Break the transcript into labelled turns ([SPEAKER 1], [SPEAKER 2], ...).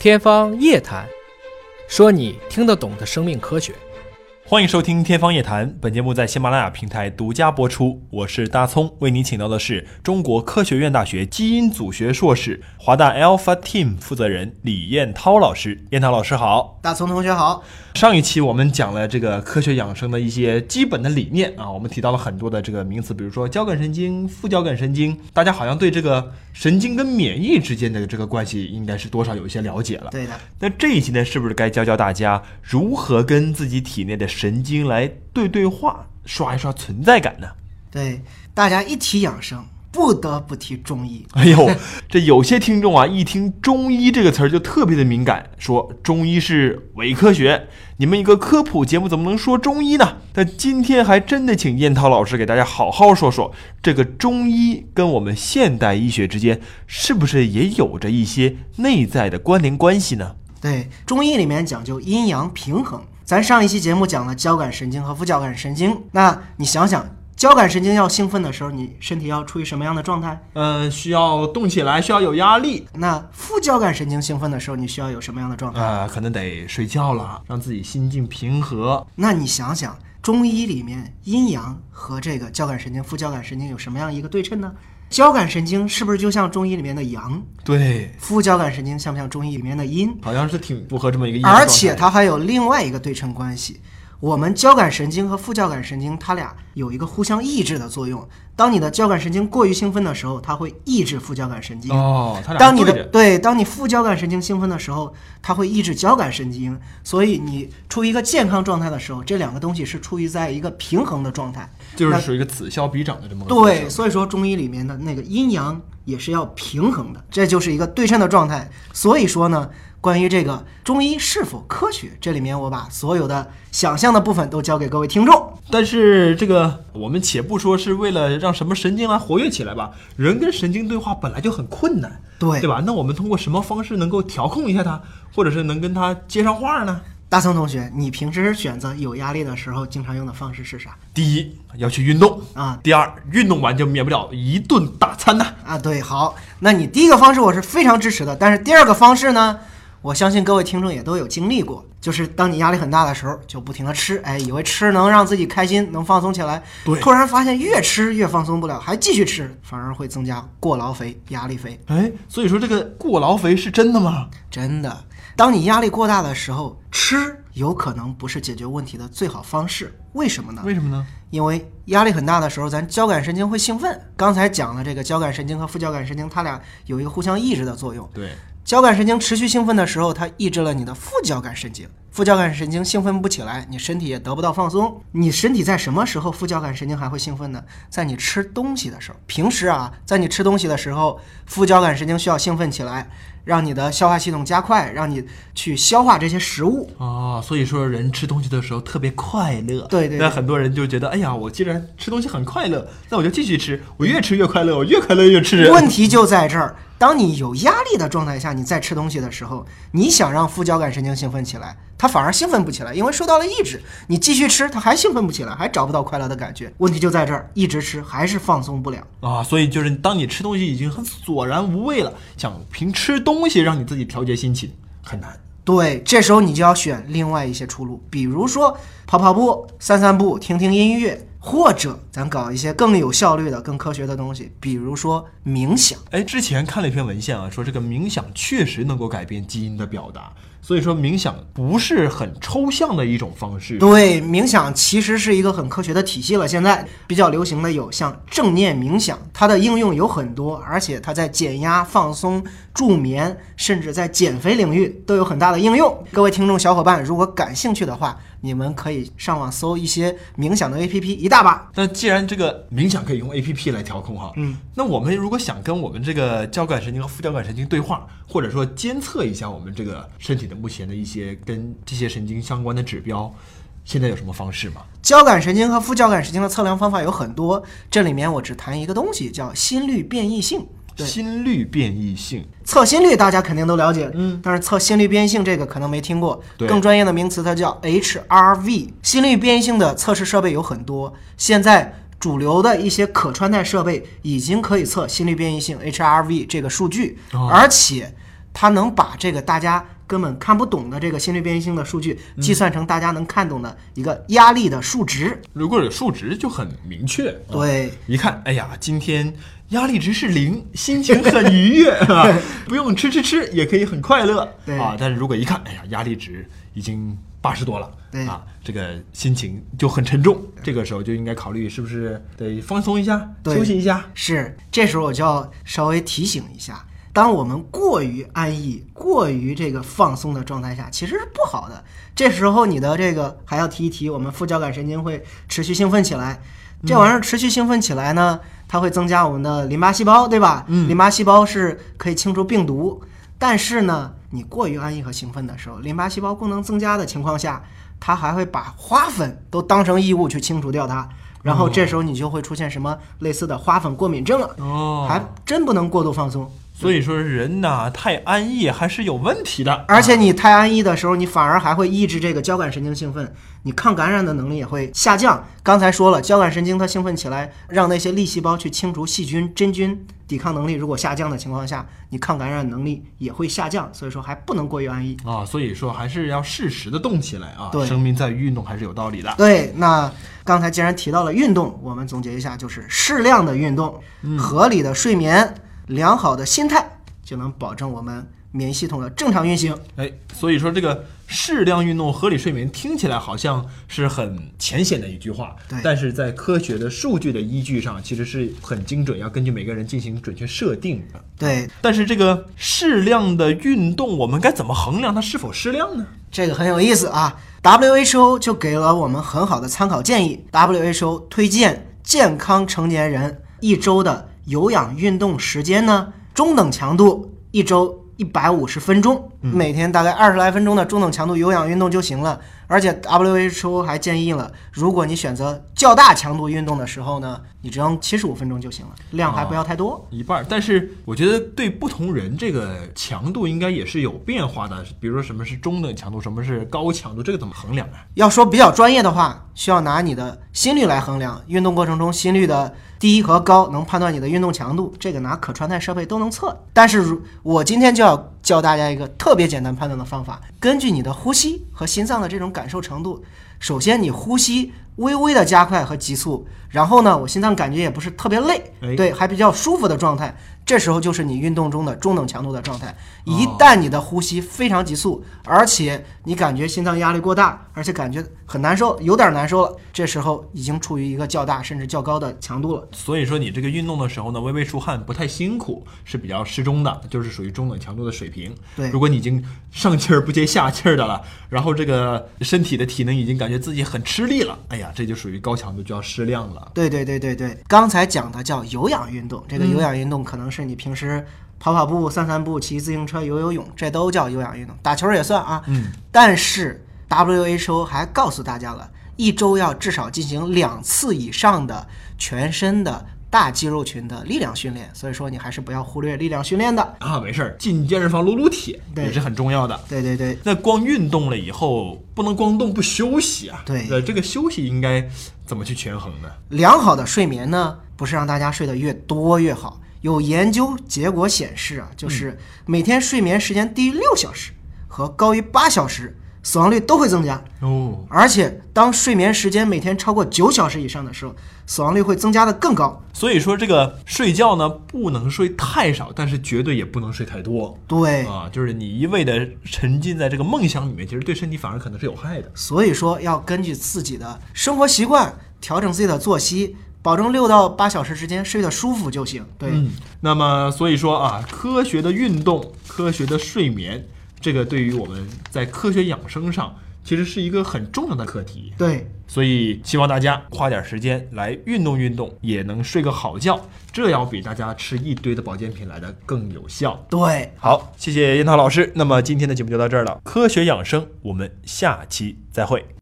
[SPEAKER 1] 天方夜谭，说你听得懂的生命科学。
[SPEAKER 2] 欢迎收听《天方夜谭》，本节目在喜马拉雅平台独家播出。我是大葱，为您请到的是中国科学院大学基因组学硕士、华大 Alpha Team 负责人李彦涛老师。彦涛老师好。
[SPEAKER 3] 大葱同学好，
[SPEAKER 2] 上一期我们讲了这个科学养生的一些基本的理念啊，我们提到了很多的这个名词，比如说交感神经、副交感神经，大家好像对这个神经跟免疫之间的这个关系应该是多少有一些了解了。
[SPEAKER 3] 对的，
[SPEAKER 2] 那这一期呢，是不是该教教大家如何跟自己体内的神经来对对话，刷一刷存在感呢？
[SPEAKER 3] 对大家一提养生，不得不提中医。
[SPEAKER 2] 哎呦， 这有些听众啊，一听中医这个词儿就特别的敏感，说中医是伪科学，你们一个科普节目怎么能说中医呢？那今天还真的请燕涛老师给大家好好说说，这个中医跟我们现代医学之间是不是也有着一些内在的关联关系呢？
[SPEAKER 3] 对中医里面讲究阴阳平衡，咱上一期节目讲了交感神经和副交感神经，那你想想，交感神经要兴奋的时候，你身体要处于什么样的状态？
[SPEAKER 2] 呃，需要动起来，需要有压力，
[SPEAKER 3] 那副交感神经兴奋的时候，你需要有什么样的状态？
[SPEAKER 2] 啊、可能得睡觉了，让自己心境平和。
[SPEAKER 3] 那你想想，中医里面阴阳和这个交感神经、副交感神经有什么样一个对称呢？交感神经是不是就像中医里面的阳？
[SPEAKER 2] 对，
[SPEAKER 3] 副交感神经像不像中医里面的阴？
[SPEAKER 2] 好像是挺符合这么一个意思。
[SPEAKER 3] 而且它还有另外一个对称关系。我们交感神经和副交感神经，它俩有一个互相抑制的作用。当你的交感神经过于兴奋的时候，它会抑制副交感神经；
[SPEAKER 2] 哦，他俩
[SPEAKER 3] 当你
[SPEAKER 2] 对着
[SPEAKER 3] 的对，当你副交感神经兴奋的时候，它会抑制交感神经。所以你处于一个健康状态的时候，这两个东西是处于在一个平衡的状态。
[SPEAKER 2] 就是属于一个此消彼长的这么个过程
[SPEAKER 3] 啊对，所以说中医里面的那个阴阳也是要平衡的，这就是一个对称的状态。所以说呢，关于这个中医是否科学，这里面我把所有的想象的部分都交给各位听众。
[SPEAKER 2] 但是这个我们且不说是为了让什么神经来活跃起来吧，人跟神经对话本来就很困难，
[SPEAKER 3] 对
[SPEAKER 2] 对吧？那我们通过什么方式能够调控一下它，或者是能跟它接上话呢？
[SPEAKER 3] 大松同学，你平时选择有压力的时候经常用的方式是啥
[SPEAKER 2] 第一要去运动
[SPEAKER 3] 啊，
[SPEAKER 2] 第二运动完就免不了一顿大餐呐、
[SPEAKER 3] 啊？对，好，那你第一个方式我是非常支持的，但是第二个方式呢，我相信各位听众也都有经历过，就是当你压力很大的时候，就不停的吃，哎，以为吃能让自己开心，能放松起来，
[SPEAKER 2] 对
[SPEAKER 3] 突然发现越吃越放松不了，还继续吃，反而会增加过劳肥、压力肥，
[SPEAKER 2] 哎，所以说这个过劳肥是真的吗？
[SPEAKER 3] 真的。当你压力过大的时候，吃有可能不是解决问题的最好方式，为什么呢？
[SPEAKER 2] 为什么呢？
[SPEAKER 3] 因为压力很大的时候，咱交感神经会兴奋。刚才讲了，这个交感神经和副交感神经，它俩有一个互相抑制的作用。
[SPEAKER 2] 对，
[SPEAKER 3] 交感神经持续兴奋的时候，它抑制了你的副交感神经，副交感神经兴奋不起来，你身体也得不到放松。你身体在什么时候副交感神经还会兴奋呢？在你吃东西的时候。平时啊，在你吃东西的时候，副交感神经需要兴奋起来，让你的消化系统加快，让你去消化这些食物。
[SPEAKER 2] 哦，所以说人吃东西的时候特别快乐。
[SPEAKER 3] 对对
[SPEAKER 2] 那
[SPEAKER 3] 对
[SPEAKER 2] 很多人就觉得，哎呀，我既然吃东西很快乐，那我就继续吃，我越吃越快乐，我越快乐越吃人。
[SPEAKER 3] 问题就在这儿，当你有压力的状态下，你在吃东西的时候，你想让副交感神经兴奋起来，它反而兴奋不起来，因为受到了抑制。你继续吃，它还兴奋不起来，还找不到快乐的感觉。问题就在这儿，一直吃还是放松不了。
[SPEAKER 2] 啊，所以就是当你吃东西已经很索然无味了，想凭吃东西让你自己调节心情很难。
[SPEAKER 3] 对，这时候你就要选另外一些出路，比如说跑跑步、散散步、听听音乐，或者咱搞一些更有效率的、更科学的东西，比如说冥想。
[SPEAKER 2] 哎，之前看了一篇文献啊，说这个冥想确实能够改变基因的表达，所以说冥想不是很抽象的一种方式。
[SPEAKER 3] 对，冥想其实是一个很科学的体系了。现在比较流行的有像正念冥想，它的应用有很多，而且它在减压、放松、助眠，甚至在减肥领域都有很大的应用。各位听众小伙伴，如果感兴趣的话，你们可以上网搜一些冥想的 APP，一大把。
[SPEAKER 2] 那既然这个冥想可以用 A P P 来调控哈，嗯，那我们如果想跟我们这个交感神经和副交感神经对话，或者说监测一下我们这个身体的目前的一些跟这些神经相关的指标，现在有什么方式吗？
[SPEAKER 3] 交感神经和副交感神经的测量方法有很多，这里面我只谈一个东西，叫心率变异性。对。
[SPEAKER 2] 心率变异性，
[SPEAKER 3] 测心率大家肯定都了解，嗯，但是测心率变异性这个可能没听过，
[SPEAKER 2] 对
[SPEAKER 3] 更专业的名词它叫 HRV。心率变异性的测试设备有很多，现在主流的一些可穿戴设备已经可以测心率变异性 HRV 这个数据，而且。它能把这个大家根本看不懂的这个心率变异性的数据计算成大家能看懂的一个压力的数值。
[SPEAKER 2] 如果有数值就很明确，啊
[SPEAKER 3] 对，
[SPEAKER 2] 一看，哎呀，今天压力值是零，心情很愉 悦啊，不用吃吃吃也可以很快乐
[SPEAKER 3] 对
[SPEAKER 2] 啊。但是如果一看，哎呀，压力值已经八十多了，
[SPEAKER 3] 对
[SPEAKER 2] 啊，这个心情就很沉重。这个时候就应该考虑是不是得放松一下，
[SPEAKER 3] 对
[SPEAKER 2] 休息一下。
[SPEAKER 3] 是，这时候我就要稍微提醒一下，当我们过于安逸、过于这个放松的状态下，其实是不好的。这时候你的这个还要提一提，我们副交感神经会持续兴奋起来。这玩意儿持续兴奋起来呢，它会增加我们的淋巴细胞，对吧？嗯，淋巴细胞是可以清除病毒，但是呢，你过于安逸和兴奋的时候，淋巴细胞功能增加的情况下，它还会把花粉都当成异物去清除掉它。然后这时候你就会出现什么类似的花粉过敏症了，
[SPEAKER 2] 哦
[SPEAKER 3] 还真不能过度放松。
[SPEAKER 2] 所以说人呐，太安逸还是有问题的。
[SPEAKER 3] 而且你太安逸的时候，你反而还会抑制这个交感神经兴奋，你抗感染的能力也会下降。刚才说了，交感神经它兴奋起来，让那些粒细胞去清除细菌、真菌，抵抗能力如果下降的情况下，你抗感染能力也会下降。所以说还不能过于安逸。
[SPEAKER 2] 啊，所以说还是要适时的动起来啊！
[SPEAKER 3] 对
[SPEAKER 2] 生命在于运动还是有道理的。
[SPEAKER 3] 对，那刚才既然提到了运动，我们总结一下，就是适量的运动、合理的睡眠、良好的心态，就能保证我们免疫系统的正常运行。
[SPEAKER 2] 哎，所以说这个适量运动、合理睡眠听起来好像是很浅显的一句话，
[SPEAKER 3] 对
[SPEAKER 2] 但是在科学的数据的依据上，其实是很精准，要根据每个人进行准确设定的。
[SPEAKER 3] 对，
[SPEAKER 2] 但是这个适量的运动，我们该怎么衡量它是否适量呢？
[SPEAKER 3] 这个很有意思啊。WHO 就给了我们很好的参考建议。WHO 推荐健康成年人一周的有氧运动时间呢，中等强度，一周一百五十分钟，每天大概二十来分钟的中等强度有氧运动就行了。而且 WHO 还建议了，如果你选择较大强度运动的时候呢，你只用七十五分钟就行了，量还不要太多。
[SPEAKER 2] 一半儿，但是我觉得对不同人这个强度应该也是有变化的，比如说什么是中等强度，什么是高强度，这个怎么衡量啊？
[SPEAKER 3] 要说比较专业的话，需要拿你的心率来衡量。运动过程中心率的低和高能判断你的运动强度，这个拿可穿戴设备都能测。但是如我今天就要教大家一个特别简单判断的方法，根据你的呼吸和心脏的这种感受程度，首先你呼吸微微的加快和急促，然后呢，我心脏感觉也不是特别累，
[SPEAKER 2] 哎
[SPEAKER 3] 对，还比较舒服的状态。这时候就是你运动中的中等强度的状态。一旦你的呼吸非常急促，而且你感觉心脏压力过大，而且感觉很难受，有点难受了，这时候已经处于一个较大甚至较高的强度了。
[SPEAKER 2] 所以说你这个运动的时候呢，微微出汗不太辛苦，是比较适中的，就是属于中等强度的水平。
[SPEAKER 3] 对
[SPEAKER 2] 如果你已经上气儿不接下气儿的了，然后这个身体的体能已经感觉自己很吃力了，哎呀，这就属于高强度就要适量了。
[SPEAKER 3] 对对对对对，刚才讲的叫有氧运动，这个有氧运动可能是你平时跑跑步、散散步、骑自行车、游游泳，这都叫有氧运动，打球也算啊。嗯。但是 WHO 还告诉大家了，一周要至少进行两次以上的全身的大肌肉群的力量训练，所以说你还是不要忽略力量训练的。
[SPEAKER 2] 啊，没事儿，进健身房撸撸铁
[SPEAKER 3] 对
[SPEAKER 2] 也是很重要的。
[SPEAKER 3] 对对对，
[SPEAKER 2] 那光运动了以后，不能光动不休息啊。
[SPEAKER 3] 对
[SPEAKER 2] 呃，这个休息应该怎么去权衡呢？
[SPEAKER 3] 良好的睡眠呢，不是让大家睡得越多越好。有研究结果显示啊，就是
[SPEAKER 2] 嗯
[SPEAKER 3] 每天睡眠时间低于六小时和高于八小时，死亡率都会增加。
[SPEAKER 2] 哦，
[SPEAKER 3] 而且，当睡眠时间每天超过九小时以上的时候，死亡率会增加的更高。
[SPEAKER 2] 所以说这个睡觉呢，不能睡太少，但是绝对也不能睡太多。
[SPEAKER 3] 对，
[SPEAKER 2] 啊，就是你一味的沉浸在这个梦想里面，其实对身体反而可能是有害的。
[SPEAKER 3] 所以说要根据自己的生活习惯调整自己的作息，保证六到八小时之间睡得舒服就行。对，
[SPEAKER 2] 嗯，那么所以说啊，科学的运动、科学的睡眠，这个对于我们在科学养生上，其实是一个很重要的课题。
[SPEAKER 3] 对，
[SPEAKER 2] 所以希望大家花点时间来运动运动，也能睡个好觉，这要比大家吃一堆的保健品来的更有效。
[SPEAKER 3] 对，
[SPEAKER 2] 好，谢谢樱桃老师。那么今天的节目就到这儿了，科学养生，我们下期再会。